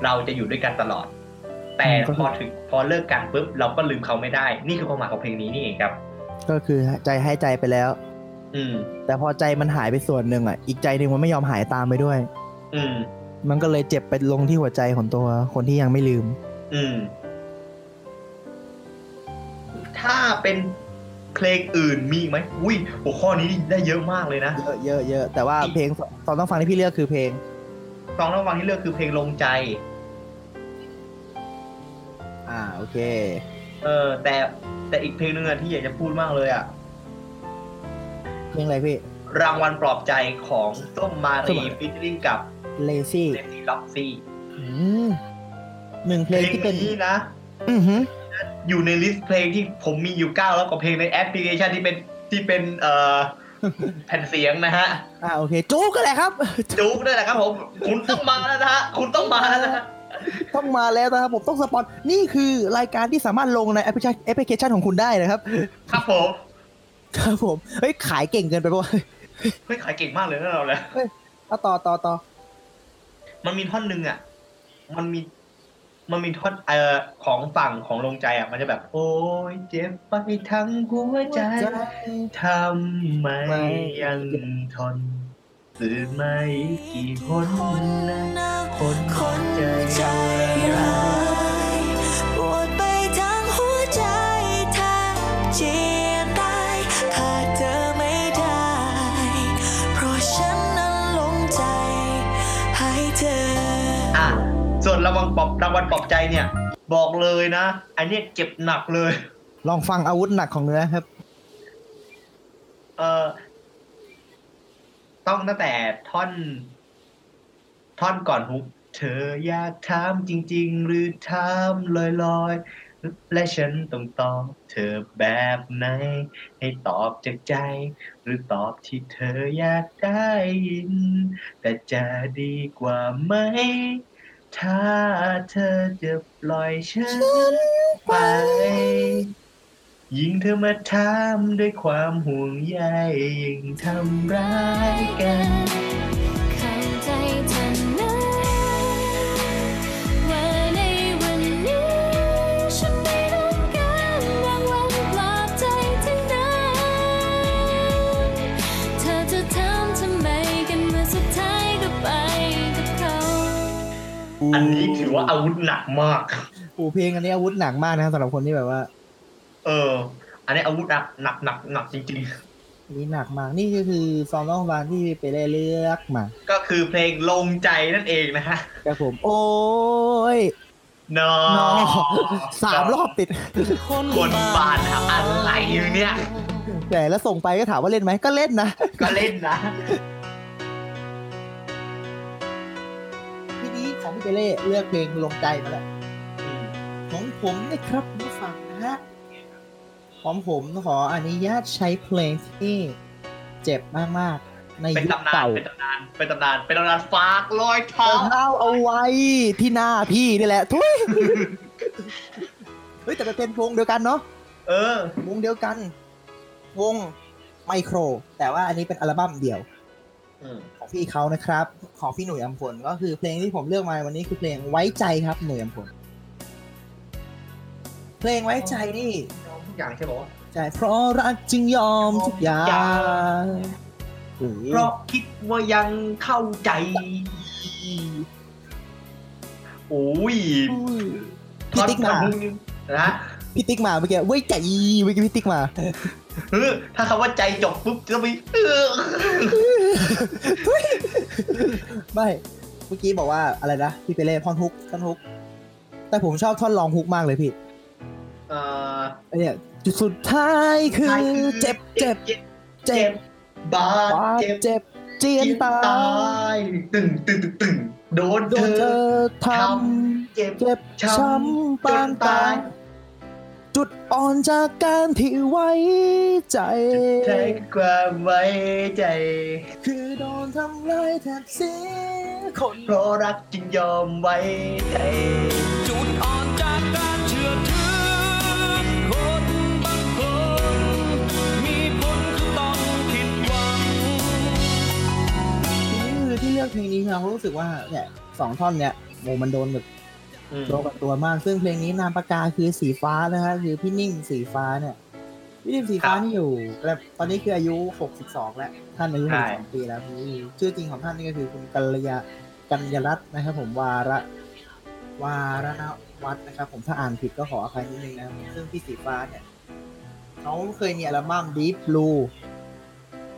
[SPEAKER 1] เราจะอยู่ด้วยกันตลอด แต่พอถึงพอเลิกกันปุ๊บเราก็ลืมเขาไม่ได้ นี่คือความหมายของเพลงนี้นี่เองครับ
[SPEAKER 4] ก็คือใจให้ใจไปแล้ว
[SPEAKER 1] อืม
[SPEAKER 4] แต่พอใจมันหายไปส่วนหนึ่งอ่ะ อีกใจหนึ่งมันไม่ยอมหายตามไปด้วย
[SPEAKER 1] อืม
[SPEAKER 4] มันก็เลยเจ็บไปลงที่หัวใจของตัวคนที่ยังไม่ลืม
[SPEAKER 1] อืม ถ้าเป็นเพลงอื่นมีอีกไหมอุ้ยหัวข้อนี้ได้เยอะมากเลยนะ
[SPEAKER 4] เยอะเยอะเยอะแต่ว่าเพลงสองตอนต้องฟังที่พี่เลือกคือเพลง
[SPEAKER 1] สองระหว่างที่เลือกคือเพลงลงใจ
[SPEAKER 4] อ่าโอเค
[SPEAKER 1] เออ แต่แต่อีกเพลงหนึ่งอะที่อยากจะพูดมากเลยอะ
[SPEAKER 4] เพลงอะไรพี่
[SPEAKER 1] รางวัลปลอบใจของส้มมา
[SPEAKER 4] ส้
[SPEAKER 1] รี
[SPEAKER 4] มมารี
[SPEAKER 1] ฟิชริ่งกับ
[SPEAKER 4] lazy
[SPEAKER 1] เลซี่ล็อกซี่
[SPEAKER 4] อืมหนึ่งเพ
[SPEAKER 1] เพ
[SPEAKER 4] ล
[SPEAKER 1] ล
[SPEAKER 4] ง
[SPEAKER 1] ง
[SPEAKER 4] ที่เป็น
[SPEAKER 1] นี้นะ
[SPEAKER 4] อือหือ
[SPEAKER 1] อยู่ในลิสต์เพลงที่ผมมีอยู่เก้าแล้วก็เพลงในแอปพลิเคชันที่เป็นที่เป็นเอ่
[SPEAKER 4] *laughs*
[SPEAKER 1] อ แผ่นเสียงนะฮะ
[SPEAKER 4] อ่าโอเค จู๊กก็แหละครับ
[SPEAKER 1] จุกด้วยนะครับผม คุณต้องมาแล้วนะฮะ คุณต้องมาแล้วนะฮะ
[SPEAKER 4] ต้องมาแล้วนะครับผมต้องสปอนนี่คือรายการที่สามารถลงในแอปพลิเคชันแอปพลิเคชันของคุณได้
[SPEAKER 3] *laughs*
[SPEAKER 4] นะครับ
[SPEAKER 1] ครับผม
[SPEAKER 4] ครับผม เฮ้ย ขายเก่งเกินไปปะ
[SPEAKER 3] *laughs*
[SPEAKER 4] วะ
[SPEAKER 1] เฮ้ยขายเก่งมากเลยนะเราเลย
[SPEAKER 4] เอาต่อต่อต่อ
[SPEAKER 1] มันมีท่อนหนึ่งอ่ะ มันมี มันมีท่อนเอ่อของฝั่งของลงใจอ่ะ มันจะแบบ โอ้ยเจ็บไปทั้งหัวใจ ทำไมยังทนสื่อไม่กี่คนนะคนใจ
[SPEAKER 5] ใจร้ายปวดไปทั้งหัวใจแทบจะตายขาดเธอไม่ได้ เพราะฉันนั้นหลงใจให้เธอ
[SPEAKER 1] อ่ะ ส่วนรางวัลปลอบรางวัลปลอบใจเนี่ย บอกเลยนะ อันเนี้ยเจ็บหนักเลย
[SPEAKER 4] ลองฟังอาวุธหนักของเนื้อครับ
[SPEAKER 1] เออต้องตั้งแต่ท่อน ท่อนก่อนฮุก เธออยากถามจริง ๆ หรือถามลอย และฉันต้องตอบเธอแบบไหน ให้ตอบจากใจ หรือตอบที่เธออยากได้ยิน แต่จะดีกว่าไหม ถ้าเธอจะปล่อยฉันไป ยิ่งเธอมาถามด้วยความห่วงใยยิ่งทำร้ายกัน
[SPEAKER 6] เข้าใจเธอนะว่าในวันนี้ฉันไม่ต้องการรางวัลปลอบใจที่ไหนเธอจะทำทำไมกันเมื่อสุดท้ายก็ไปกับเขา
[SPEAKER 1] อันนี้ถือว่าอาวุธหนักมาก
[SPEAKER 3] โอ้เพลงอันนี้อาวุธหนักมากนะสำหรับคนที่แบบว่า
[SPEAKER 1] เออ อันนี้อาวุธหนักหนักหนักหนักจริง
[SPEAKER 3] อันนี้หนักมาก นี่ก็คือซองน้องบานที่ไปได้เลือกมา
[SPEAKER 1] ๆ ก็คือเพลงลงใจนั่นเองนะฮะ
[SPEAKER 3] ครับผม โอ้ย
[SPEAKER 1] นอน
[SPEAKER 3] อสามรอบติด
[SPEAKER 1] กดบานนะอะไรเนี่ย
[SPEAKER 3] แต่แล้วส่งไปก็ถามว่าเล่นไหมก็เล่นนะ
[SPEAKER 1] ก็เล่นนะ
[SPEAKER 3] ทีนี้ของพี่เปเล่เลือกเพลงลงใจมาแล้วของผมนะครับคุณผู้ฟังนะฮะของผมขออนุญาตใช้เพลงที่เจ็บมากๆ ใน
[SPEAKER 1] เป็น
[SPEAKER 3] ยุค
[SPEAKER 1] ตำนาน
[SPEAKER 3] เก่า
[SPEAKER 1] เป็นตำนาน เป็นตำนาน เป็นตำนานฝากรอยเท้า
[SPEAKER 3] เอาเท้าเอาไว้ที่หน้าพี่นี่แหละ *laughs* ทุยเฮ้ยแต่มันเป็นวงเดียวกันเนาะ
[SPEAKER 1] เออ
[SPEAKER 3] วงเดียวกัน วงไมโคร แต่ว่าอันนี้เป็นอัลบั้มเดี่ยว
[SPEAKER 1] อืม
[SPEAKER 3] ของพี่เขานะครับ ของพี่หนุ่ยอัมพลก็คือเพลงที่ผมเลือกมาวันนี้คือเพลงไว้ใจครับหนุ่ยอัมพลเพลงไว้ใจนี่
[SPEAKER 1] ทุกอย่างใช่ปะวะ
[SPEAKER 3] ใช่เพราะรักจึงยอมทุกอย่างโอ้โห
[SPEAKER 1] เพราะคิดว่ายังเข้าใจ โอ้ย
[SPEAKER 3] พี่ติ๊กมา
[SPEAKER 1] นะ
[SPEAKER 3] พี่ติ๊กมาเมื่อกี้ไว้ใจเมื่อกี้พี่ติ๊กมา
[SPEAKER 1] เออถ้าคำว่าใจจบปุ๊บจะมีเออ
[SPEAKER 3] ไม่เมื่อกี้บอกว่าอะไรนะพี่ไปเล่นท่อนฮุกท่อนฮุก แต่ผมชอบท่อนลองฮุกมากเลยพี่
[SPEAKER 1] เอ่อ
[SPEAKER 3] ไอ้เนี่ยจุดสุดท้ายคือเจ็บเจ็บเจ็บบ
[SPEAKER 1] าด
[SPEAKER 3] บาด
[SPEAKER 1] เจ็บ
[SPEAKER 3] เจ็บเจียนตาย
[SPEAKER 1] ยตึงตึงตึงตึงโดน
[SPEAKER 3] โด
[SPEAKER 1] เธ
[SPEAKER 3] นเธ
[SPEAKER 1] อ
[SPEAKER 3] อท
[SPEAKER 1] ท
[SPEAKER 3] ำ
[SPEAKER 1] เจ็บ
[SPEAKER 3] เจ็บ
[SPEAKER 1] ช้
[SPEAKER 3] ช้
[SPEAKER 1] ำ
[SPEAKER 3] ำ
[SPEAKER 1] ปา
[SPEAKER 3] ปาง ง
[SPEAKER 1] ตา
[SPEAKER 3] ตาย ย จุดอ่อนจากการที่ไว้ใจ
[SPEAKER 1] ใช้ความไว้ใจ
[SPEAKER 3] คือโดนทำร้ายแทบเสียคน
[SPEAKER 1] เพราะรักจึงยอมไว้ใจ
[SPEAKER 5] จุดอ่อนจากการเชื่อถือ คนบางคน มีผลก็ต้องผิดหวัง
[SPEAKER 3] คือที่เลือกเพลงนี้เรารู้สึกว่าเนี่ยสองท่อนเนี่ยโมมันโดนแบบ
[SPEAKER 1] อืม
[SPEAKER 3] โดนกับตัวมาก ซึ่งเพลงนี้นามปากกาคือสีฟ้านะฮะคือพี่นิ่งสีฟ้าเนี่ยพี่นิ่งสีฟ้านี่อยู่แบบตอนนี้คืออายุ 62 แล้ว ท่านอายุ
[SPEAKER 1] ใช่
[SPEAKER 3] 62ปีแล้วพี่ชื่อจริงของท่านนี่ก็คือคุณกัลยากัญญรัตน์นะครับผมวาระ วารณวัฒน์นะครับ ผมถ้าอ่านผิดก็ขออภัยนิดนึงนะครับซึ่งพี่สีฟ้าเนี่ยเขาเคยมีอัลบั้ม Deep Blue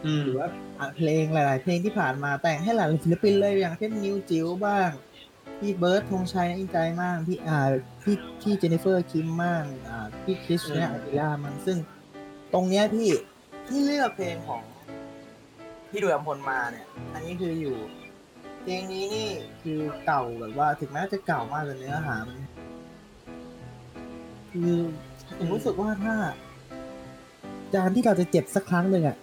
[SPEAKER 1] อืม
[SPEAKER 3] หรือว่าอ่ะเพลงหลาย ๆ เพลงที่ผ่านมาแต่งให้หลายศิลปินเลยอย่างเช่นนิวจิ๋วบ้าง พี่เบิร์ดธงชัยน่าอินใจมากพี่อ่าพี่พี่เจนนิเฟอร์คิมมากอ่าพี่คริสเนี่ยอากิล่ามันซึ่งตรงเนี้ยพี่ที่เลือกเพลงของพี่ดุยอัมพลมาเนี่ย อันนี้คืออยู่ เพลงนี้นี่คือเก่าแบบว่าถึงแม้จะเก่ามากแต่เนื้อหามันคือผมรู้สึกว่าถ้าการที่เราจะเจ็บสักครั้งหนึ่งอะ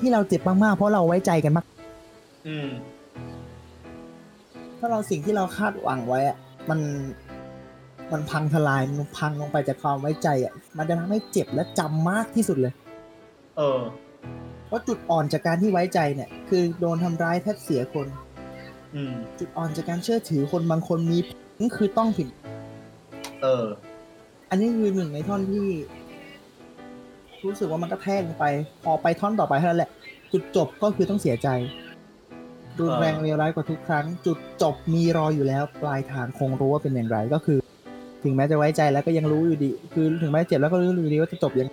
[SPEAKER 3] ที่เราเจ็บมากๆเพราะเราไว้ใจกันมาก
[SPEAKER 1] อืม
[SPEAKER 3] ถ้าเราสิ่งที่เราคาดหวังไว้อะมันมันพังทลายมันพังลงไปจากความไว้ใจอะมันจะทำให้เจ็บและจำมากที่สุดเลย
[SPEAKER 1] เออ
[SPEAKER 3] เพราะจุดอ่อนจากการที่ไว้ใจเนี่ย คือโดนทำร้ายแทบเสียคน
[SPEAKER 1] อืม
[SPEAKER 3] จุดอ่อนจากการเชื่อถือคนบางคนมีนี่คือต้องผิด
[SPEAKER 1] เออ
[SPEAKER 3] อันนี้คือหนึ่งในท่อนที่ รู้สึกว่ามันก็แทกลงไป พอไปท่อนต่อไปเท่านั้นแหละ จุดจบก็คือต้องเสียใจรุนแรง
[SPEAKER 1] เออ
[SPEAKER 3] เลวร้ายกว่าทุกครั้ง จุดจบมีรออยู่แล้ว ปลายทางคงรู้ว่าเป็นอย่างไรก็คือ ถึงแม้จะไว้ใจแล้วก็ยังรู้อยู่ดี คือถึงแม้เจ็บแล้วก็รู้อยู่ดีว่าจะจบยังไง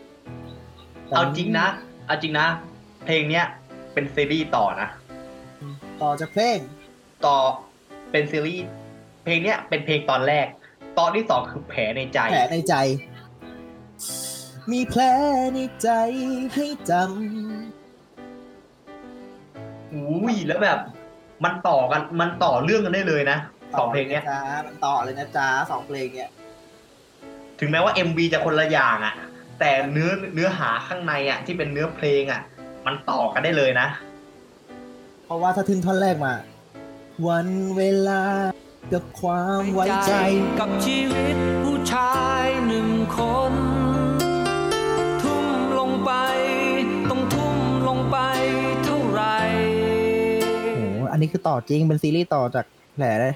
[SPEAKER 3] แต่
[SPEAKER 1] เอาจริงนะ เอาจริงนะ เพลงเนี้ยเป็นซีรีส์ต่อนะ
[SPEAKER 3] ต่อจากเพลง
[SPEAKER 1] ต่อเป็นซีรีส์ เพลงเนี้ยเป็นเพลงตอนแรก ตอนที่สองคือแผลในใจ
[SPEAKER 3] แผลในใจ มีแผลในใจให้จำ
[SPEAKER 1] อุ้ยแล้วแบบ มันต่อกัน มันต่อเรื่องกันได้เลยนะสองเพลงเนี้ย
[SPEAKER 3] ต่อลยนะจ๊ะมันต่อเลยนะจ๊ะสองเพลงเนี้ย
[SPEAKER 1] ถึงแม้ว่า MV จะคนละอย่างอะแต่เนื้อเนื้อหาข้างในอะที่เป็นเนื้อเพลงอะมันต่อกันได้เลยนะ
[SPEAKER 3] เพราะว่าถ้าทึ่งท่อนแรกมา วันเวลากับความไว้ใจ
[SPEAKER 7] กับชีวิตผู้ชายหนึ่งคน ทุ่มลงไป ต้องทุ่มลงไปเท่าไหร่
[SPEAKER 4] โอ้โหอันนี้คือต่อจริง เป็นซีรีส์ต่อจากแผลเลย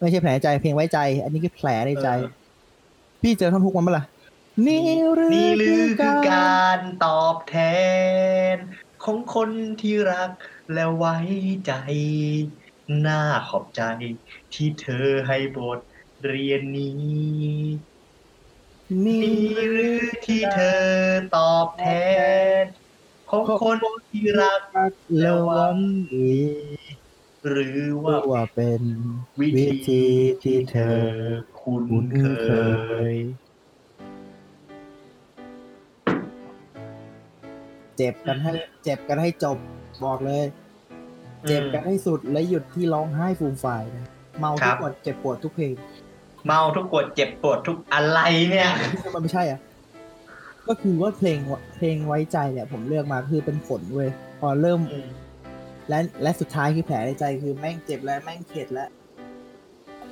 [SPEAKER 4] ไม่ใช่แผลใจเพียงไว้ใจ อันนี้คือแผลในใจ
[SPEAKER 1] เออ
[SPEAKER 4] พี่เจอท่อนฮุกมันปะล่ะ นี่หรือ
[SPEAKER 1] นี่หรือ
[SPEAKER 4] คื
[SPEAKER 1] คือ อก
[SPEAKER 4] า
[SPEAKER 1] การ รตอบแทน ของคนที่รักและไว้ใจ น่าขอบใจ ที่เธอให้บทเรียนนี้
[SPEAKER 4] นี่
[SPEAKER 1] นี่หรือที่เธอตอบแทน ของคนที่รัก
[SPEAKER 4] และหวังดี
[SPEAKER 1] หรือว่า
[SPEAKER 4] ว่าเป็น
[SPEAKER 1] วิ
[SPEAKER 4] วิ
[SPEAKER 1] ธี
[SPEAKER 4] ธีที่เธ
[SPEAKER 1] เธ
[SPEAKER 4] อ
[SPEAKER 1] อคุ้
[SPEAKER 4] คุ้
[SPEAKER 1] น
[SPEAKER 4] น
[SPEAKER 1] เค
[SPEAKER 4] เค
[SPEAKER 1] ย
[SPEAKER 4] ย
[SPEAKER 3] เจ็บกันให้ เจ็บกันให้จบบอกเลย เจ็บกันให้สุดและหยุดที่ร้องไห้ฟูมฝ่ายนะเมา
[SPEAKER 1] ครั
[SPEAKER 3] ทุ
[SPEAKER 1] บ
[SPEAKER 3] กกดเจ็บปวดทุกเพลง
[SPEAKER 1] เมาทุกกดเจ็บปวดทุกอะไรเนี่ย
[SPEAKER 3] มันไม่ใช่อ่ะ ก็คือว่าเพลงวะเพลงไว้ใจเนี่ยผมเลือกมาคือเป็นผลเว้ยพอเริ่มและและสุดท้ายคือแผลในใจคือแม่งเจ็บแล้วแม่งเข็ดแล้ว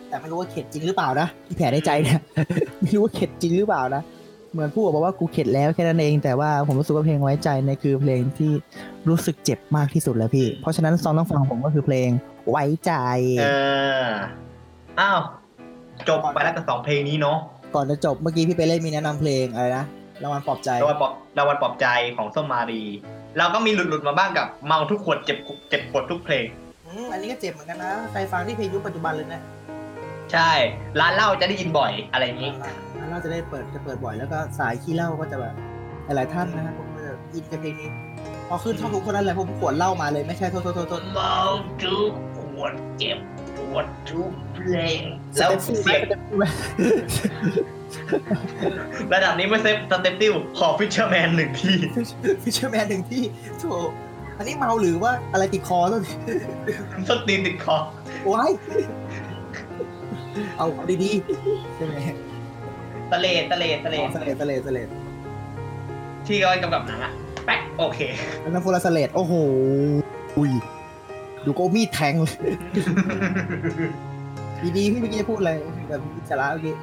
[SPEAKER 3] แต่ไม่รู้ว่าเข็ดจริงหรือเปล่านะที่แผลในใจเนี่ย *laughs* ไม่รู้ว่าเข็ดจริงหรือเปล่านะ
[SPEAKER 4] เหมือนผู้บอกว่ากูเข็ดแล้วแค่นั้นเองแต่ว่าผมรู้สึกว่าเพลงไว้ใจเนี่ยคือเพลงที่รู้สึกเจ็บมากที่สุดแล้วพี่ เพราะฉะนั้นซองต้องฟังของผมก็คือเพลงไว้ใจ
[SPEAKER 1] เออ อ้าว จบไปแล้วกับสองเพลงนี้เนาะ
[SPEAKER 3] ก่อนจะจบเมื่อกี้พี่ไปเล่นมีแนะนำเพลงอะไรนะรางวัลปลอบใจ
[SPEAKER 1] รางวัลปลอบรางวัลปลอบใจของส้มมารี เราก็มีหลุดหลุดๆมาบ้างกับเมาทุกขวดเจ็บเจ็บปวดทุกเพลง
[SPEAKER 3] อืมอันนี้ก็เจ็บเหมือนกันนะ ใครฟังที่เพลงยุคปัจจุบันเลยนะ
[SPEAKER 1] ใช่ ร้านเหล้าจะได้ยินบ่อยอะไรอย่างนี้
[SPEAKER 3] แล้วเราจะได้เปิดจะเปิดบ่อยแล้วก็สายขี้เหล้าก็จะแบบหลายๆท่านนะครับผมก็จะอินกับเพลงนี้ พอขึ้นท่อนฮุกเท่านั้นแหละผมขวดเหล้ามาเลยไม่ใช่โทษโทษโทษโทษ
[SPEAKER 1] เมาทุกขวดเจ็บปวดทุกเพลง
[SPEAKER 3] แล้
[SPEAKER 1] แล้วว
[SPEAKER 3] เสี
[SPEAKER 1] เสี
[SPEAKER 3] ย
[SPEAKER 1] ยง
[SPEAKER 3] ง
[SPEAKER 1] ระดับนี้ไม่เซฟสเต็ปติ้วขอฟิชเชอร์แมนหนึ่งที่
[SPEAKER 3] ฟิชเชอร์แมนหนึ่งที่โถอันนี้เมาหรือว่าอะไรติดคอต้น
[SPEAKER 1] ส้นตีนติดคอ
[SPEAKER 3] ว้ายเอาเอาดีๆใช่ไหม
[SPEAKER 1] ตะเลดตะเลดตะเลด
[SPEAKER 3] สเลดสเลดสเลด
[SPEAKER 1] ที่เขากำกับหนังอะแป๊กโอเค
[SPEAKER 3] อันนั้นโฟลาสเลดโอ้โหอุ้ยดูก็มีดแทงเลย *laughs* ดีๆพี่เมื่อกี้จะพูดอะไรแบบสาระเมื่อกี้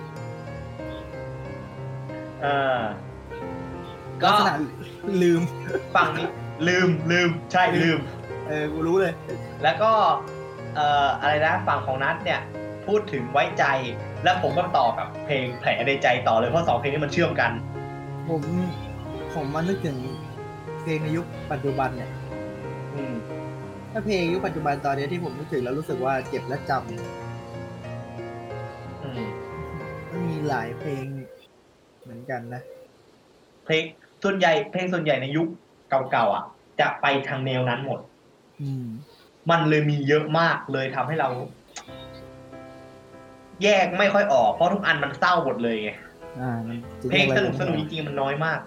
[SPEAKER 1] เออ ก็
[SPEAKER 3] ขนาดลืม
[SPEAKER 1] ฝั่งนี้ ลืมลืมใช่ลืม
[SPEAKER 3] เออ กูรู้เลย
[SPEAKER 1] แล้วก็เอ่ออะไรนะฝั่งของนัทเนี่ย พูดถึงไว้ใจ แล้วผมก็ต่อกับเพลงแผลในใจต่อเลยเพราะสองเพลงนี้มันเชื่อมกัน
[SPEAKER 3] ผม ผมมานึกถึงเพลงในยุคปัจจุบันเนี่ย
[SPEAKER 1] อืม
[SPEAKER 3] ถ้าเพลงยุคปัจจุบันตอนเนี้ยที่ผมนึกถึงแล้วรู้สึกว่าเจ็บและจำ
[SPEAKER 1] อืม
[SPEAKER 3] มันมีหลายเพลงเหมือนกันนะ
[SPEAKER 1] เพลงส่วนใหญ่เพลงส่วนใหญ่ในยุคเก่าๆอ่ะ จะไปทางแนวนั้นหมด
[SPEAKER 3] อืม
[SPEAKER 1] มันเลยมีเยอะมากเลยทำให้เรา แยกไม่ค่อยออกเพราะทุกอันมันเศร้าหมดเลยไง
[SPEAKER 3] อ่ามันจะ
[SPEAKER 1] เพลงส
[SPEAKER 3] รีย
[SPEAKER 1] นุก
[SPEAKER 3] อะไร
[SPEAKER 1] สนุกจริงๆมันน้อยมาก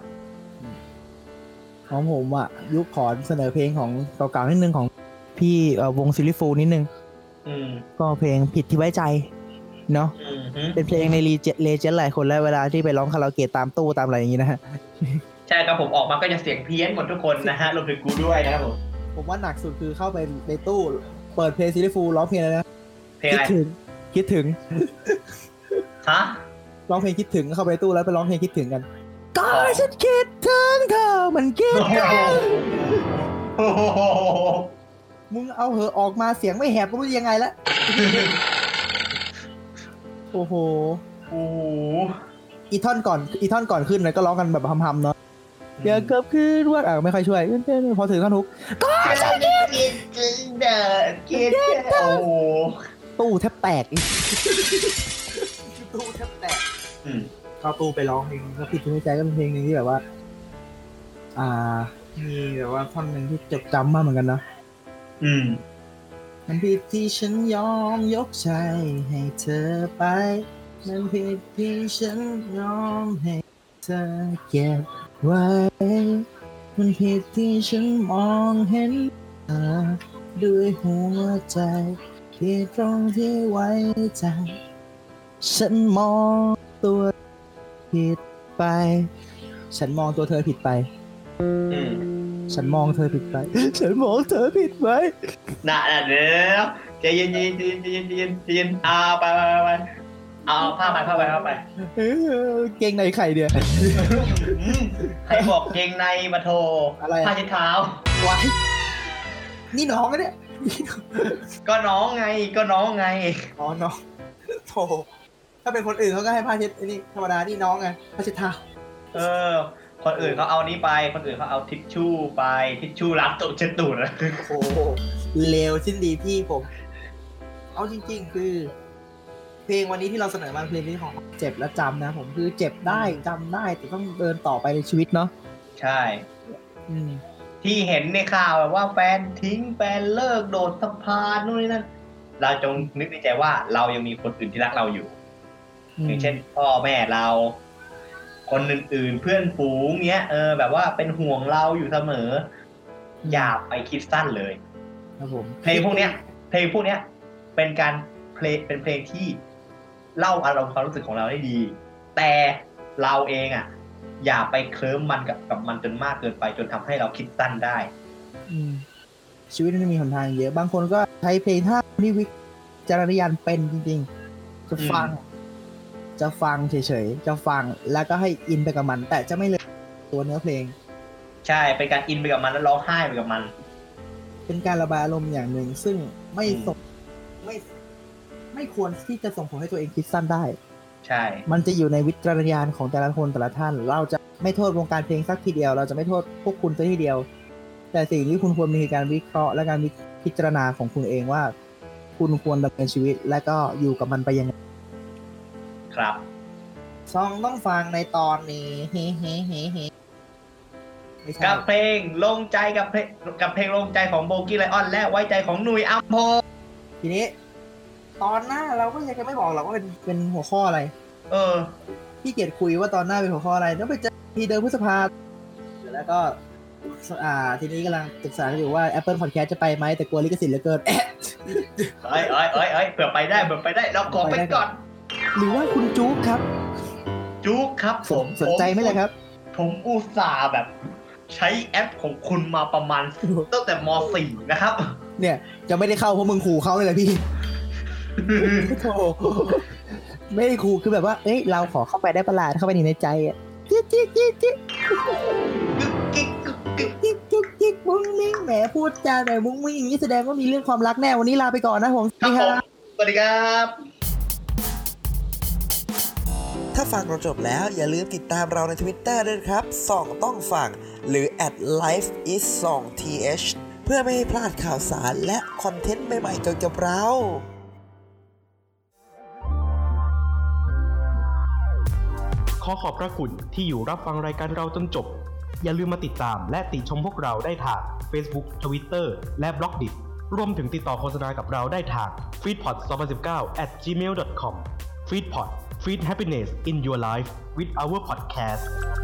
[SPEAKER 3] ของผมอ่ะ
[SPEAKER 4] ยุคขอเสนอเพลงของเก่าๆนิดนึงของพี่เอ่อวงซิลิฟูลนิดนึง
[SPEAKER 1] อืม
[SPEAKER 4] ก็เพลงผิดที่ไว้ใจเนาะ
[SPEAKER 1] อืมฮึ
[SPEAKER 4] เป็นเพลงในเลเจนด์หลายคนแล้วเวลาที่ไปร้องคาราโอเกะตามตู้ตามอะไรอย่างงี้นะฮะ
[SPEAKER 1] ใช่ครับผมออกมาก็จะเสียงเพี้ยนหมดทุกคนนะฮะรวมถึงกูด้วยนะครับผม
[SPEAKER 3] ผมว่าหนักสุดคือเข้าไปในตู้ เปิดเพลงซีรีส์ฟูลร้องเพลงอะไรนะ
[SPEAKER 1] เพลง
[SPEAKER 4] คิ
[SPEAKER 1] อะ
[SPEAKER 4] ด
[SPEAKER 1] ไร
[SPEAKER 4] ถึงคิดถึง
[SPEAKER 1] ฮะ
[SPEAKER 3] ร้องเพลงคิดถึงเข้าไปในตู้แล้วไปร้องเพลงคิดถึงกัน
[SPEAKER 4] ก็ฉันคิดถึงเธอเหมันคิด
[SPEAKER 1] โอ้โห
[SPEAKER 3] มึงเอาเหอะออกมาเสียงไม่แหบก็ไม่รู้ยังไงละ โอ้โห
[SPEAKER 1] โอ้โห
[SPEAKER 3] อีท่อนก่อน อีท่อนก่อนขึ้นเลยก็ร้องกันแบบพำๆเนาะเดี๋ยวเกือบขึ้นว่าอ่ะไม่ค่อยช่วย พอถึงท่อนฮุก
[SPEAKER 1] คิดถึงเด็กคิดถึงโอ้โห
[SPEAKER 3] ตู้แทบแตกอีกตู้แทบแตก
[SPEAKER 1] อืม
[SPEAKER 3] เข้าตู้ไปร้องเพลงก็ผิดที่ไม่ใจก็เป็นเพลงหนึ่งที่แบบว่า อ่า มีแบบว่าท่อนหนึ่งที่จดจำมากเหมือนกันนะ
[SPEAKER 1] อืม
[SPEAKER 3] มันผิดที่ฉันยอมยกใจให้เธอไปมันผิดที่ฉันยอมให้เธอเก็บไว้ มันผิดที่ฉันมองเห็นเธอด้วยหัวใจผิดตรงที่ไว้ใจ ฉันมองตัว ผิดไป ฉันมองตัวเธอผิดไป
[SPEAKER 1] อืม
[SPEAKER 3] ฉันมองเธอผิดไป ฉันมองเธอผิดไป
[SPEAKER 1] น่ะน่ะเดี๋ยวใจเย็นใจเย็นใจเย็นใจเย็นใจเย็นอ่าไปไปไปไปเอาเอาผ้าไปผ้าไปผ้าไป
[SPEAKER 3] เออเก่งในไข่เดียว
[SPEAKER 1] อืมใครบอกเกงในมาโทร
[SPEAKER 3] อะไรอะ
[SPEAKER 1] ผ้าเช็ดเท้า
[SPEAKER 3] ไว้
[SPEAKER 8] นี่น้องนะเนี่ย
[SPEAKER 1] ก็น้องไงก็น้องไง
[SPEAKER 8] อ๋อน้องโถถ้าเป็นคนอื่นเขาก็ให้ผ้าเช็ดไอ้นี่ธรรมดานี่น้องไงผ้าเช็ดเท้า
[SPEAKER 1] เออ คนอื่นเขาเอานี้ไป คนอื่นเขาเอาทิชชู่ไปทิชชู่ล้างตัวเช็ดตูดนะ
[SPEAKER 8] โอ้โหเลวสิ้นดีพี่ผม เอาจริง ๆ คือ เพลงวันนี้ที่เราเสนอมาเพลงนี้ของ
[SPEAKER 3] เจ็บและจำนะ ผมคือเจ็บได้จำได้แต่ต้องเดินต่อไปในชีวิตเนาะ
[SPEAKER 1] ใช่
[SPEAKER 3] อืม
[SPEAKER 1] ที่เห็นในข่าวแบบว่าแฟนทิ้งแฟนเลิกโดดสะพานนู่นนี่นั่นเราจงนึกในใจว่าเรายังมีคนอื่นที่รักเราอยู่
[SPEAKER 3] ม
[SPEAKER 1] อย่างเช่น พ่อแม่เรา คนอื่นๆเพื่อนฝูงเนี้ยเออแบบว่าเป็นห่วงเราอยู่เสมอ อย่าไปคิดสั้นเลย
[SPEAKER 3] ครับผม
[SPEAKER 1] เพลงพวกเนี้ย เพลงพวกเนี้ย เป็นการเพลงเป็นเพลงที่เล่าอารมณ์ความรู้สึกของเราได้ดี แต่เราเองอ่ะ อย่าไปเคลิ้มมันกับกับมันจนมากเกินไปจนทำให้เราคิดสั้นได้
[SPEAKER 3] อืมชีวิตมันมีหนทางเยอะ บางคนก็ใช้เพลงถ้านี่วิจารณญาณเป็นจริงๆ จะฟัง จะฟังเฉยๆ จะฟังแล้วก็ให้อินไปกับมัน แต่จะไม่เลยตัวเนื้อเพลง
[SPEAKER 1] ใช่เป็นการอินไปกับมันแล้วร้องไห้ไปกับมัน
[SPEAKER 3] เป็นการระบายอารมณ์อย่างหนึ่ง ซึ่งไม่ส่งไม่ไม่ควรที่จะส่งผลให้ตัวเองคิดสั้นได้
[SPEAKER 1] ใช่
[SPEAKER 3] มันจะอยู่ในวิจารณญาณของแต่ละคนแต่ละท่าน เราจะไม่โทษวงการเพลงสักทีเดียว เราจะไม่โทษพวกคุณสักทีเดียว แต่สิ่งที่คุณควรมีคือการวิเคราะห์และการพิจารณาของคุณเองว่า คุณควรดำเนินชีวิต และก็อยู่กับมันไปยังไง
[SPEAKER 1] ครับ
[SPEAKER 3] ซองต้องฟังในตอนนี้ *laughs* เฮ้เฮ้เฮ้เฮ้ไม่ใช่
[SPEAKER 1] กับเพลงลงใจกับเพลงกับเพลงลงใจของโบกี้ไลออนและไว้ใจของหนุยอัมพงษ์
[SPEAKER 3] ทีนี้ ตอนหน้าเราก็ยังจะไม่บอกหรอกว่าเป็นเป็นหัวข้ออะไร
[SPEAKER 1] เออ
[SPEAKER 3] พี่เกียรติคุยว่าตอนหน้าเป็นหัวข้ออะไรต้องไปเจอทีเดิมพฤษภาแล้วก็อ่าทีนี้กำลังศึกษากันอยู่ว่า Apple Podcast จะไปไหมแต่กลัวลิขสิทธิ์เหลือเกิน *coughs*
[SPEAKER 1] เอ้ยเอ้ยเอ้ยเอ้ยเผื่อไปได้เผื่อไปได้ เราขอไปก่อน
[SPEAKER 3] หรือว่าคุณจุ๊กครับ
[SPEAKER 1] จุ๊กครับผ
[SPEAKER 3] ส
[SPEAKER 1] ม
[SPEAKER 3] นสนใจไหมล่ะครับ
[SPEAKER 1] ผมอุตส่าห์แบบ ใช้แอปของคุณมาประมาณ *laughs* ตั้งแต่ม .4 นะครับ *laughs*
[SPEAKER 3] เนี่ยจะไม่ได้เข้าเพราะมึงขู่เขาเลยแหละพี่ *laughs* โธ่ไม่ได้ขู่คือแบบว่า เอ้ยเราขอเข้าไปได้ประหลาดเข้าไปหนึ่งในใจอะจิ๊กจิ๊กจิ๊กจิ๊กจิ๊กจิ๊กจิ๊กมุ้งมิ้งแหมพูดจาหน่อยมุ้งมิ้งอย่างนี้แสดงว่ามีเรื่องความรักแน่วันนี้ลาไปก่อนนะผมส
[SPEAKER 1] ครับ
[SPEAKER 3] วั
[SPEAKER 1] ผม
[SPEAKER 3] สดีครับ
[SPEAKER 1] สวัสดีครับ
[SPEAKER 8] ถ้าฟังเราจบแล้วอย่าลืมติดตามเราใน Twitter ด้วยนะครับส่องต้องฟังหรือ at life is 2 th เพื่อไม่ให้พลาดข่าวสารและคอนเทนต์ใหม่ๆเกี่ยวกับเรา
[SPEAKER 9] ขอขอบพระคุณที่อยู่รับฟังรายการเราจนจบ อย่าลืมมาติดตามและติชมพวกเราได้ทาง Facebook Twitter และ b l o g d i t รวมถึงติดต่อโฆษณากับเราได้ทาง f e e d p o d 2019 at gmail.com f e e d p o d Feed happiness in your life with our podcast